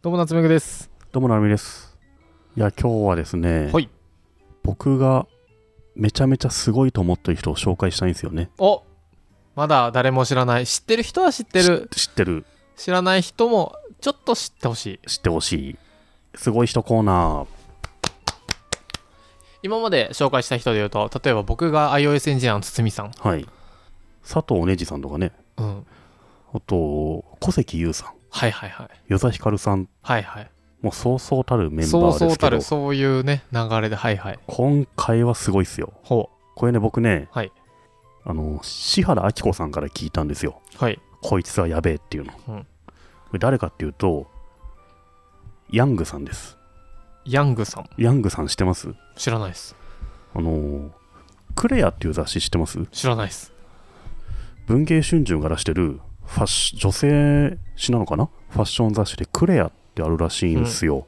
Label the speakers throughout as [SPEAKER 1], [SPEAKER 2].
[SPEAKER 1] どうも夏目ぐです。
[SPEAKER 2] どうもなるみです。いや、今日はですね、
[SPEAKER 1] はい
[SPEAKER 2] 僕がめちゃめちゃすごいと思ってる人を紹介したいんですよね。
[SPEAKER 1] おまだ誰も知らない。知ってる人は知ってる。
[SPEAKER 2] 知ってる、
[SPEAKER 1] 知らない人もちょっと知ってほしい。
[SPEAKER 2] 知ってほしい。すごい人コーナー。
[SPEAKER 1] 今まで紹介した人で言うと、例えば僕が iOS エンジニアの堤さん。
[SPEAKER 2] はい。佐藤ねじさんとかね、
[SPEAKER 1] うん。
[SPEAKER 2] あと、小関優さん、
[SPEAKER 1] はいはいはい。
[SPEAKER 2] 与田ヒカルさん、
[SPEAKER 1] はいはい。
[SPEAKER 2] もうそうそうたるメンバ
[SPEAKER 1] そう
[SPEAKER 2] ー
[SPEAKER 1] そ
[SPEAKER 2] で
[SPEAKER 1] う
[SPEAKER 2] すけ
[SPEAKER 1] た
[SPEAKER 2] ど
[SPEAKER 1] る、、そういうね、流れで、はいはい。
[SPEAKER 2] 今回はすごいっすよ。
[SPEAKER 1] ほ
[SPEAKER 2] これね、僕ね、
[SPEAKER 1] はい
[SPEAKER 2] あの、志原明子さんから聞いたんですよ。
[SPEAKER 1] う。はい。
[SPEAKER 2] こいつはやべえっていうの。
[SPEAKER 1] うん
[SPEAKER 2] これ誰かっていうと、ヤングさんです。
[SPEAKER 1] ヤングさん。
[SPEAKER 2] ヤングさん知ってます
[SPEAKER 1] 知らないです。
[SPEAKER 2] あのークレアっていう雑誌知ってます
[SPEAKER 1] 知らないです。
[SPEAKER 2] 文藝春秋が出してるファッシ女性誌なのかなファッション雑誌でクレアってあるらしいんですよ、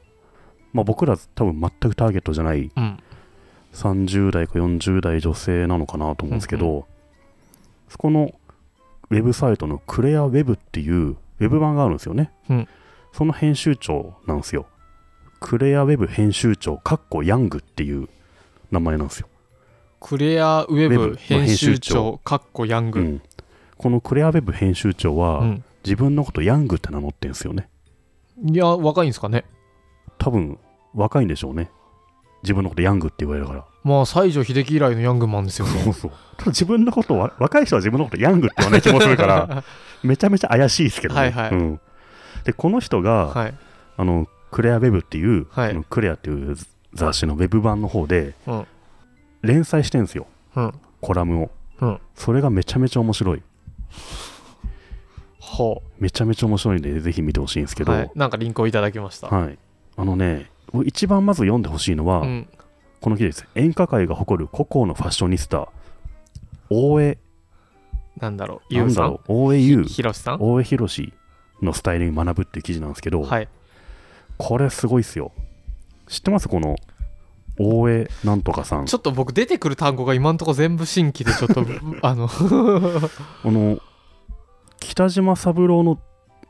[SPEAKER 2] まあ僕ら多分全くターゲットじゃない
[SPEAKER 1] うん。
[SPEAKER 2] 30代か40代女性なのかなと思うんですけど、
[SPEAKER 1] う
[SPEAKER 2] そこのウェブサイトのクレアウェブっていうウェブ版があるんですよね、
[SPEAKER 1] うん
[SPEAKER 2] その編集長なんですよクレアウェブ編集長かっこヤングっていう名前なんですよ
[SPEAKER 1] クレアウェ
[SPEAKER 2] ウェ
[SPEAKER 1] ブ
[SPEAKER 2] ブ
[SPEAKER 1] 編集
[SPEAKER 2] 編
[SPEAKER 1] 長、かっこヤン
[SPEAKER 2] う
[SPEAKER 1] グ。
[SPEAKER 2] ん、このクレアウェブ編集長は、
[SPEAKER 1] うん。
[SPEAKER 2] 自分のことヤングって名乗ってんすよね
[SPEAKER 1] いや、若いんですかね。
[SPEAKER 2] 多分若いんでしょうね自分のことヤングって言われるから
[SPEAKER 1] まあ、西城秀樹以来のヤングマンですよね。
[SPEAKER 2] そうそうただ 自分のことわ若い人は自分のことヤングって言わない気もするから めちゃめちゃ怪しいですけどね、
[SPEAKER 1] はいはい
[SPEAKER 2] うん、でこの人が、
[SPEAKER 1] はい。
[SPEAKER 2] あのクレアウェブっていう、
[SPEAKER 1] はい
[SPEAKER 2] あのクレアっていう雑誌のウェブ版の方で、
[SPEAKER 1] うん
[SPEAKER 2] 連載してんすよ
[SPEAKER 1] うん。
[SPEAKER 2] コラムを、
[SPEAKER 1] うん
[SPEAKER 2] それがめちゃめちゃ面白い
[SPEAKER 1] ほ
[SPEAKER 2] めちゃめちゃ面白いんでぜひ見てほしいんですけ
[SPEAKER 1] う。
[SPEAKER 2] ど、
[SPEAKER 1] はい。なんかリンクをいただきました。
[SPEAKER 2] はい、あのね僕一番まず読んでほしいのは、
[SPEAKER 1] うん、
[SPEAKER 2] この日です演歌界が誇る孤高のファッショニスタ大江
[SPEAKER 1] なんだろう、ゆ
[SPEAKER 2] な
[SPEAKER 1] うん
[SPEAKER 2] だ
[SPEAKER 1] さん、
[SPEAKER 2] ろう大江優
[SPEAKER 1] ひろしさん。
[SPEAKER 2] 大江博士のスタイリング学ぶっていう記事なんですけど、
[SPEAKER 1] はい。
[SPEAKER 2] これすごいっすよ知ってますこの大江なんとかさん
[SPEAKER 1] ちょっと僕、出てくる単語が今んとこ全部新規で、ちょっ と、あの、
[SPEAKER 2] この北島三郎の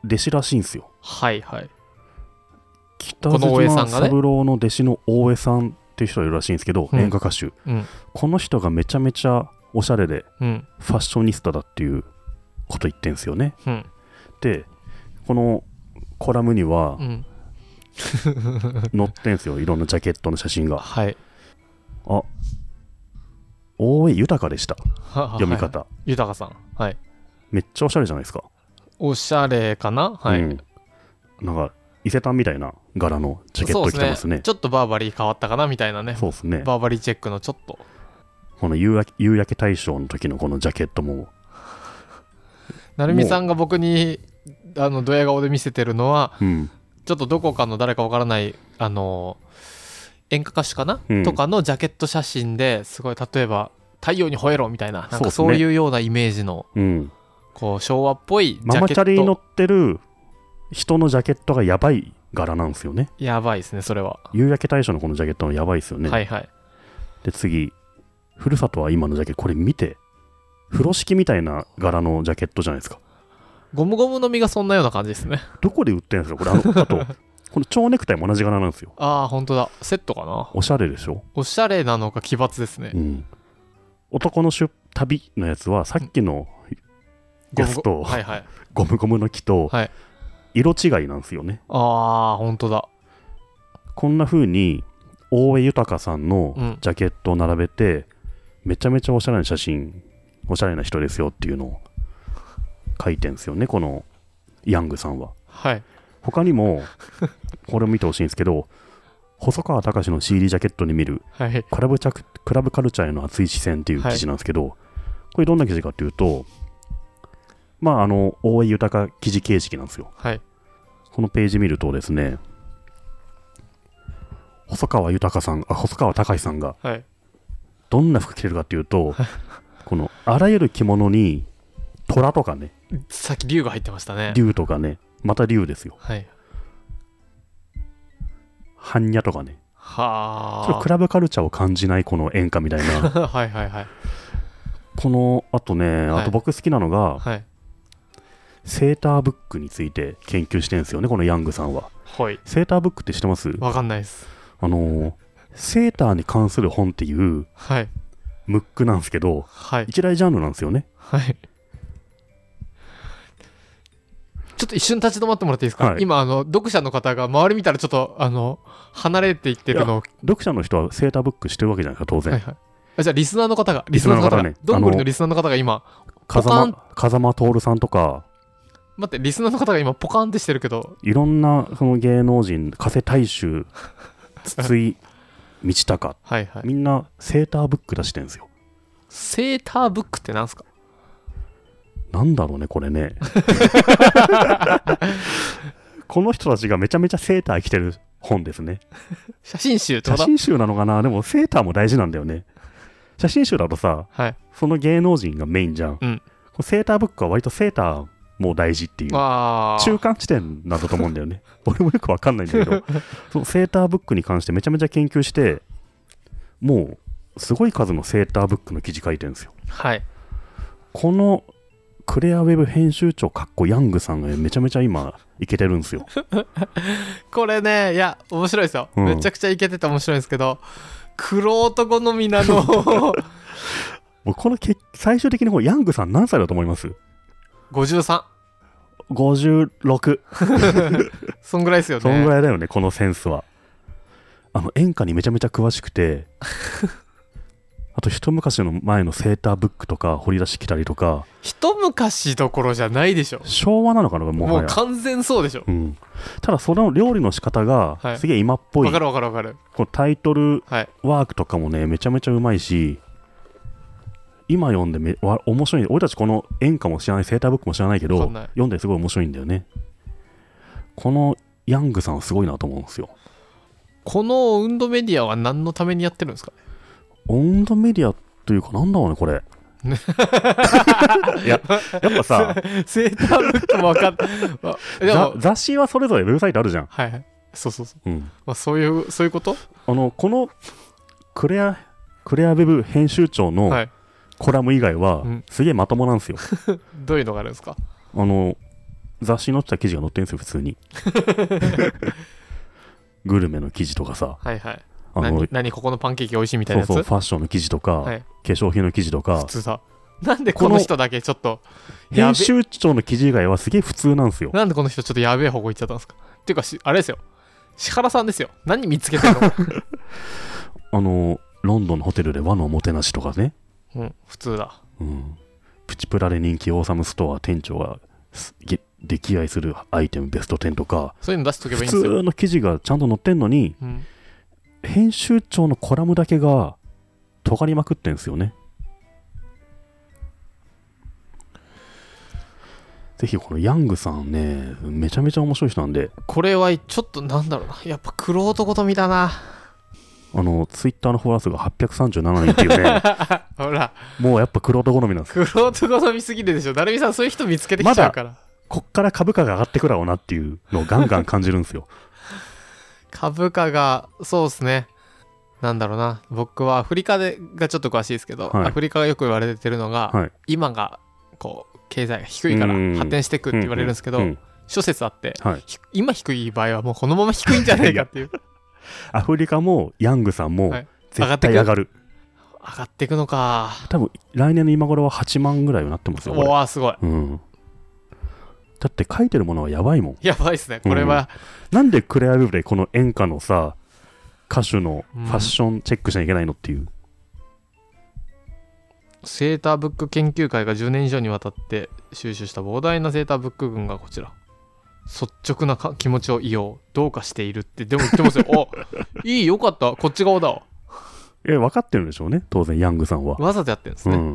[SPEAKER 2] 弟子らしいんですよ
[SPEAKER 1] はいはい。
[SPEAKER 2] 北
[SPEAKER 1] この大江さん
[SPEAKER 2] 島
[SPEAKER 1] がね
[SPEAKER 2] 三郎の弟子の大江さんっていう人がいるらしいんですけど、
[SPEAKER 1] うん
[SPEAKER 2] 演歌歌手
[SPEAKER 1] うん。
[SPEAKER 2] この人がめちゃめちゃおしゃれで
[SPEAKER 1] うん。
[SPEAKER 2] ファッショニスタだっていうこと言ってんすよね
[SPEAKER 1] うん。
[SPEAKER 2] でこのコラム には
[SPEAKER 1] うん。
[SPEAKER 2] 載ってんすよいろんなジャケットの写真が
[SPEAKER 1] はい。
[SPEAKER 2] 大江豊でした
[SPEAKER 1] 読
[SPEAKER 2] 読み。方
[SPEAKER 1] ゆたかさん。はい。
[SPEAKER 2] めっちゃおしゃれじゃないですか
[SPEAKER 1] おしゃれかなは
[SPEAKER 2] う
[SPEAKER 1] い。
[SPEAKER 2] んなんか伊勢丹みたいな柄のジャケッ
[SPEAKER 1] そ
[SPEAKER 2] ト
[SPEAKER 1] う
[SPEAKER 2] 着てますね
[SPEAKER 1] ちょっとバーバリー変わったかなみたいなね。
[SPEAKER 2] そうですね
[SPEAKER 1] バーバリーチェックのちょっと。
[SPEAKER 2] この夕焼夕焼け大賞の時のこのジャケットも
[SPEAKER 1] なるみさんが僕に、あの、ドヤ顔で見せてるのは、
[SPEAKER 2] うん
[SPEAKER 1] ちょっとどこかの誰かわからない、あの演歌歌手かな、
[SPEAKER 2] うん
[SPEAKER 1] とかのジャケット写真ですごい例えば「太陽に吠えろ」みたいななん
[SPEAKER 2] そ
[SPEAKER 1] か
[SPEAKER 2] うっすね
[SPEAKER 1] そういうようなイメージの
[SPEAKER 2] うん
[SPEAKER 1] こう昭和っぽいジ
[SPEAKER 2] マ
[SPEAKER 1] ャ
[SPEAKER 2] マ
[SPEAKER 1] ケ
[SPEAKER 2] チ
[SPEAKER 1] ット
[SPEAKER 2] ャリに乗ってる人のジャケットがやばい柄なんですよね
[SPEAKER 1] やばいですねそれは、
[SPEAKER 2] 夕焼け大賞のこのジャケットのやばいですよね
[SPEAKER 1] はいはい
[SPEAKER 2] で次ふるさとは今のジャケットこれ見て風呂敷みたいな柄のジャケットじゃないですか
[SPEAKER 1] ゴムゴムの実がそんなような感じです ね
[SPEAKER 2] どこで売ってるんですかこれあ のあとこの蝶ネクタイも同じ柄なんですよ
[SPEAKER 1] ああ本当だセットかな
[SPEAKER 2] おしゃれでしょ、
[SPEAKER 1] おしゃれなのか奇抜ですね
[SPEAKER 2] うん、男のしゅ旅のやつはさっきの
[SPEAKER 1] ゴ
[SPEAKER 2] や
[SPEAKER 1] ム
[SPEAKER 2] つ
[SPEAKER 1] ゴ
[SPEAKER 2] と
[SPEAKER 1] はいはい
[SPEAKER 2] ゴムゴムの木と
[SPEAKER 1] はい
[SPEAKER 2] 色違いなんですよね、
[SPEAKER 1] ああ本当だ
[SPEAKER 2] こんな風に大江豊さん
[SPEAKER 1] う
[SPEAKER 2] の
[SPEAKER 1] ん
[SPEAKER 2] ジャケットを並べて、めちゃめちゃおしゃれな写真おしゃれな人ですよっていうのを書いてんですよねこのヤングさんは
[SPEAKER 1] はい
[SPEAKER 2] 他にもこれを見てほしいんですけど細川隆の CD ジャケットに見る
[SPEAKER 1] はい
[SPEAKER 2] クラブチャククラブカルチャーへの熱い視線っていう記事なんですけど、これどんな記事かっていうとまああの大江豊記事形式なんですよ
[SPEAKER 1] はい
[SPEAKER 2] このページ見るとですね細川豊さんあ細川隆さんが
[SPEAKER 1] はい
[SPEAKER 2] どんな服着てるかっていう とこのあらゆる着物に虎とかね
[SPEAKER 1] さっき竜が入ってましたね
[SPEAKER 2] 竜とかねまた竜ですよ
[SPEAKER 1] はい
[SPEAKER 2] 般若とかねちょっと
[SPEAKER 1] は
[SPEAKER 2] クラブカルチャーを感じないこの演歌みたいな
[SPEAKER 1] あ はいはいはい
[SPEAKER 2] このあとねあ
[SPEAKER 1] はい
[SPEAKER 2] と僕好きなのが、
[SPEAKER 1] はい
[SPEAKER 2] セーターブックについて研究してるんですよね、このヤングさんは。
[SPEAKER 1] はい
[SPEAKER 2] セーターブックって知ってます
[SPEAKER 1] わかんないです
[SPEAKER 2] あのーセーターに関する本っていう
[SPEAKER 1] はい
[SPEAKER 2] ムックなんですけど、
[SPEAKER 1] はい
[SPEAKER 2] 一大ジャンルなんですよね。
[SPEAKER 1] はいちょっと一瞬立ち止まってもらっていいですか、
[SPEAKER 2] はい
[SPEAKER 1] 今あの読者の方が周り見たらちょっとあの離れていってるのを
[SPEAKER 2] 読者の人はセーターブックしてるわけじゃないですか、当然。
[SPEAKER 1] はいはいあじゃあリスナーの方が
[SPEAKER 2] リ
[SPEAKER 1] リ
[SPEAKER 2] ス
[SPEAKER 1] スナ
[SPEAKER 2] ナー
[SPEAKER 1] ーの
[SPEAKER 2] の方
[SPEAKER 1] 方が
[SPEAKER 2] ね
[SPEAKER 1] どんぐりのリスナーの方が今
[SPEAKER 2] 風間風間徹さんとか、
[SPEAKER 1] 待ってリスナーの方が今ポカーンってしてるけど
[SPEAKER 2] いろんなその芸能人、加瀬大衆、筒井道隆、
[SPEAKER 1] はいはい
[SPEAKER 2] みんなセーターブック出してるんですよ。
[SPEAKER 1] セーターブックってなんすか
[SPEAKER 2] なんだろうね、これ ね。この人たちがめちゃめちゃセーター着てる本ですね。
[SPEAKER 1] 写真集ってこと
[SPEAKER 2] 写真集なのかなでもセーターも大事なんだよね。写真集だとさ、
[SPEAKER 1] はい
[SPEAKER 2] その芸能人がメインじゃん。
[SPEAKER 1] うん
[SPEAKER 2] このセーターブックは割とセーターも大事っていう。
[SPEAKER 1] ああ
[SPEAKER 2] 中間地点なんだと思うんだよね。 俺もよくわかんないんだ けど、そのセーターブックに関してめちゃめちゃ研究して、もうすごい数のセーターブックの記事書いてるんですよ。
[SPEAKER 1] はい
[SPEAKER 2] このクレアウェブ編集長かっこヤングさんがめちゃめちゃ今いけてるんですよ。
[SPEAKER 1] これねいや面白いですよ、
[SPEAKER 2] うん
[SPEAKER 1] めちゃくちゃイケてて面白いんですけど黒男のみな の
[SPEAKER 2] 僕このけ最終的にこうヤングさん何歳だと思います
[SPEAKER 1] 53
[SPEAKER 2] ?56。
[SPEAKER 1] そんぐらいですよね
[SPEAKER 2] そんぐらいだよね、このセンスは。あの演歌にめちゃめちゃ詳し くて、あと一昔の前のセーターブックとか掘り出してきたりとか、
[SPEAKER 1] 一昔どころじゃないでしょ
[SPEAKER 2] 昭和なのかなも
[SPEAKER 1] も
[SPEAKER 2] は
[SPEAKER 1] う
[SPEAKER 2] や、
[SPEAKER 1] 完全そうでしょ
[SPEAKER 2] うん、ただその料理の仕方が
[SPEAKER 1] はい
[SPEAKER 2] すげえ今っぽい、
[SPEAKER 1] わかるわかるわかる
[SPEAKER 2] このタイトル
[SPEAKER 1] はい
[SPEAKER 2] ワークとかもねめちゃめちゃうまいし今読んでめわ面白い俺たちこの演歌も知らないセーターブックも知らないけど
[SPEAKER 1] わかんない
[SPEAKER 2] 読んですごい面白いんだよねこのヤングさんはすごいなと思うんですよ
[SPEAKER 1] この運動メディアは何のためにやってるんですか
[SPEAKER 2] オンドメディアというかなんだろうね これいややっぱさ
[SPEAKER 1] セーターブックも わかんあ で
[SPEAKER 2] ざ
[SPEAKER 1] も
[SPEAKER 2] 雑誌はそれぞれウェブサイトあるじゃん、
[SPEAKER 1] はいはいそうそうそう、
[SPEAKER 2] うん、
[SPEAKER 1] まあ、そういうそういうこと
[SPEAKER 2] あのこのクレアクレアウェブ編集長
[SPEAKER 1] は
[SPEAKER 2] の
[SPEAKER 1] い
[SPEAKER 2] コラム以外は、
[SPEAKER 1] うん
[SPEAKER 2] すげえまともなんですよ。
[SPEAKER 1] どういうのがあるんですか
[SPEAKER 2] あの雑誌に載ってた記事が載ってるんですよ、普 通に。グルメの記事とかさ、
[SPEAKER 1] はいはい
[SPEAKER 2] あの
[SPEAKER 1] 何何ここのパンケーキ美味しいみたい
[SPEAKER 2] そ
[SPEAKER 1] な
[SPEAKER 2] う
[SPEAKER 1] やつ
[SPEAKER 2] そうファッションの記事とか、
[SPEAKER 1] はい
[SPEAKER 2] 化粧品の記事とか
[SPEAKER 1] 普、通だなんでこ
[SPEAKER 2] こ
[SPEAKER 1] の
[SPEAKER 2] の
[SPEAKER 1] 人だけちょっとや
[SPEAKER 2] 編
[SPEAKER 1] べ
[SPEAKER 2] 集長の記事以外はすげえ普通なんですよ。
[SPEAKER 1] なんでこの人ちょっとやべえ方向行っちゃったんですかっていうかしあれですよ石原さんですよ何見つけてる の、
[SPEAKER 2] あのロンドンのホテルで和のおもてなしとかね、
[SPEAKER 1] うん、普通だ
[SPEAKER 2] うん、プチプラで人気オーサムストア店長がすげ溺愛するアイテムベスト10とか、
[SPEAKER 1] そういうの出しとけばい
[SPEAKER 2] 普
[SPEAKER 1] いんですよ、
[SPEAKER 2] 通の記事がちゃんと載ってんのに、
[SPEAKER 1] うん、
[SPEAKER 2] 編集長のコラムだけが尖りまくってんすよねぜひこのヤングさんねめちゃめちゃ面白い人なんで
[SPEAKER 1] これはちょっとなんだろうなやっぱ黒男とみだな
[SPEAKER 2] あのツイッターのフォロワー数が837人ってい うね
[SPEAKER 1] ほら
[SPEAKER 2] もうやっぱ黒人好みなんですよ
[SPEAKER 1] 黒男と見すぎるでしょ成美さんそういう人見つけてきちゃうから、
[SPEAKER 2] こっから株価が上がってくだろうなっていうのをガンガン感じるんですよ
[SPEAKER 1] 株価がそうですねなんだろうな僕はアフリカでがちょっと詳しいですけど、
[SPEAKER 2] はい
[SPEAKER 1] アフリカがよく言われてるのが、
[SPEAKER 2] はい
[SPEAKER 1] 今がこう経済が低いから
[SPEAKER 2] うん
[SPEAKER 1] 発展していくって言われるんですけど、
[SPEAKER 2] うう
[SPEAKER 1] 諸説あって
[SPEAKER 2] はい、
[SPEAKER 1] ひ今低い場合はもうこのまま低いんじゃないかって いう
[SPEAKER 2] アフリカもヤングさんも
[SPEAKER 1] はい
[SPEAKER 2] 絶対上がる、
[SPEAKER 1] 上がっていくのか
[SPEAKER 2] 多分来年の今頃は8万ぐらいになってますよこれ
[SPEAKER 1] おわすごい
[SPEAKER 2] うん。だって書いてるものはやばいもん。
[SPEAKER 1] やばいっすねこれは、
[SPEAKER 2] なんでクレアルーブでこの演歌のさ、歌手のファッションチェックしなきゃいけないのっていう。
[SPEAKER 1] セーターブック研究会が10年以上にわたって収集した膨大なセーターブック群がこちら率直なか気持ちを言おうどうかしているってでも言って ますよおいいよかったこっち側だわ
[SPEAKER 2] え、分かってるんでしょうね、当然、ヤングさんは。
[SPEAKER 1] わざとやってるんです
[SPEAKER 2] う
[SPEAKER 1] ね、
[SPEAKER 2] ん、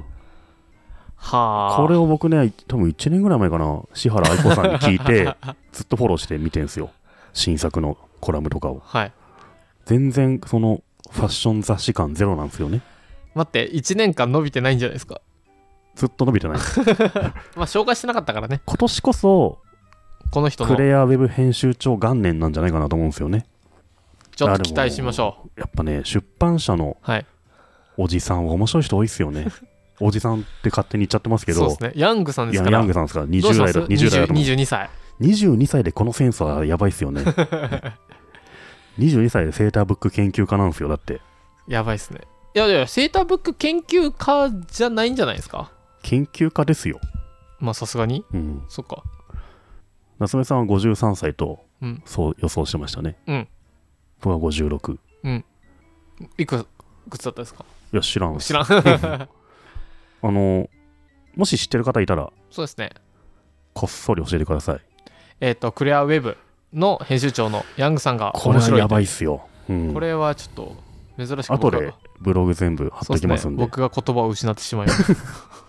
[SPEAKER 1] はあ
[SPEAKER 2] これを僕ね、多分1年ぐらい前かな、志原愛子さんに聞い て、ずっとフォローして見てんすよ、新作のコラムとかを。
[SPEAKER 1] はい
[SPEAKER 2] 全然、その、ファッション雑誌感ゼロなんですよね。
[SPEAKER 1] 待って1年間伸びてないんじゃないですか
[SPEAKER 2] ずっと伸 びてない。
[SPEAKER 1] まあ紹介してなかったからね
[SPEAKER 2] 今年こそ、
[SPEAKER 1] この人
[SPEAKER 2] ク
[SPEAKER 1] の
[SPEAKER 2] レアウェブ編集長元年なんじゃないかなと思うんですよね。
[SPEAKER 1] ちょっと期待しましょう
[SPEAKER 2] やっぱね、出版社の
[SPEAKER 1] はい
[SPEAKER 2] おじさんは面白い人多いっすよね。おじさんって勝手に言っちゃってますけ
[SPEAKER 1] そう
[SPEAKER 2] ど、
[SPEAKER 1] ですねヤングさん
[SPEAKER 2] い
[SPEAKER 1] です
[SPEAKER 2] や
[SPEAKER 1] から
[SPEAKER 2] ヤングさんですから
[SPEAKER 1] どうし
[SPEAKER 2] 20
[SPEAKER 1] ま
[SPEAKER 2] 代
[SPEAKER 1] す
[SPEAKER 2] だ20代だと思う
[SPEAKER 1] 20 22歳
[SPEAKER 2] 22歳でこのセンスはやばいっすよね 22歳でセーターブック研究家なんですよだって
[SPEAKER 1] やばいっすねいやいやセーターブック研究家じゃないんじゃないですか
[SPEAKER 2] 研究家ですよ、
[SPEAKER 1] まあさすがに
[SPEAKER 2] うん、
[SPEAKER 1] そっか
[SPEAKER 2] 夏目さんは53歳と
[SPEAKER 1] うん
[SPEAKER 2] そう予想してましたね、
[SPEAKER 1] うん
[SPEAKER 2] 僕は56い
[SPEAKER 1] いくつだったですか
[SPEAKER 2] や知らんっ す
[SPEAKER 1] 知らん
[SPEAKER 2] あのもし知ってる方いたら
[SPEAKER 1] そうですね
[SPEAKER 2] こっそり教えてください
[SPEAKER 1] えっ、とクレアウェブの編集長のヤングさんが
[SPEAKER 2] これ
[SPEAKER 1] 面
[SPEAKER 2] は
[SPEAKER 1] 白い
[SPEAKER 2] や
[SPEAKER 1] と
[SPEAKER 2] ばいっすよ、うん、
[SPEAKER 1] これはちょっと珍しく
[SPEAKER 2] 後
[SPEAKER 1] 僕ら
[SPEAKER 2] でブログ全部貼っ
[SPEAKER 1] そうで
[SPEAKER 2] とき
[SPEAKER 1] すね
[SPEAKER 2] ますんで
[SPEAKER 1] 僕が言葉を失ってしまいました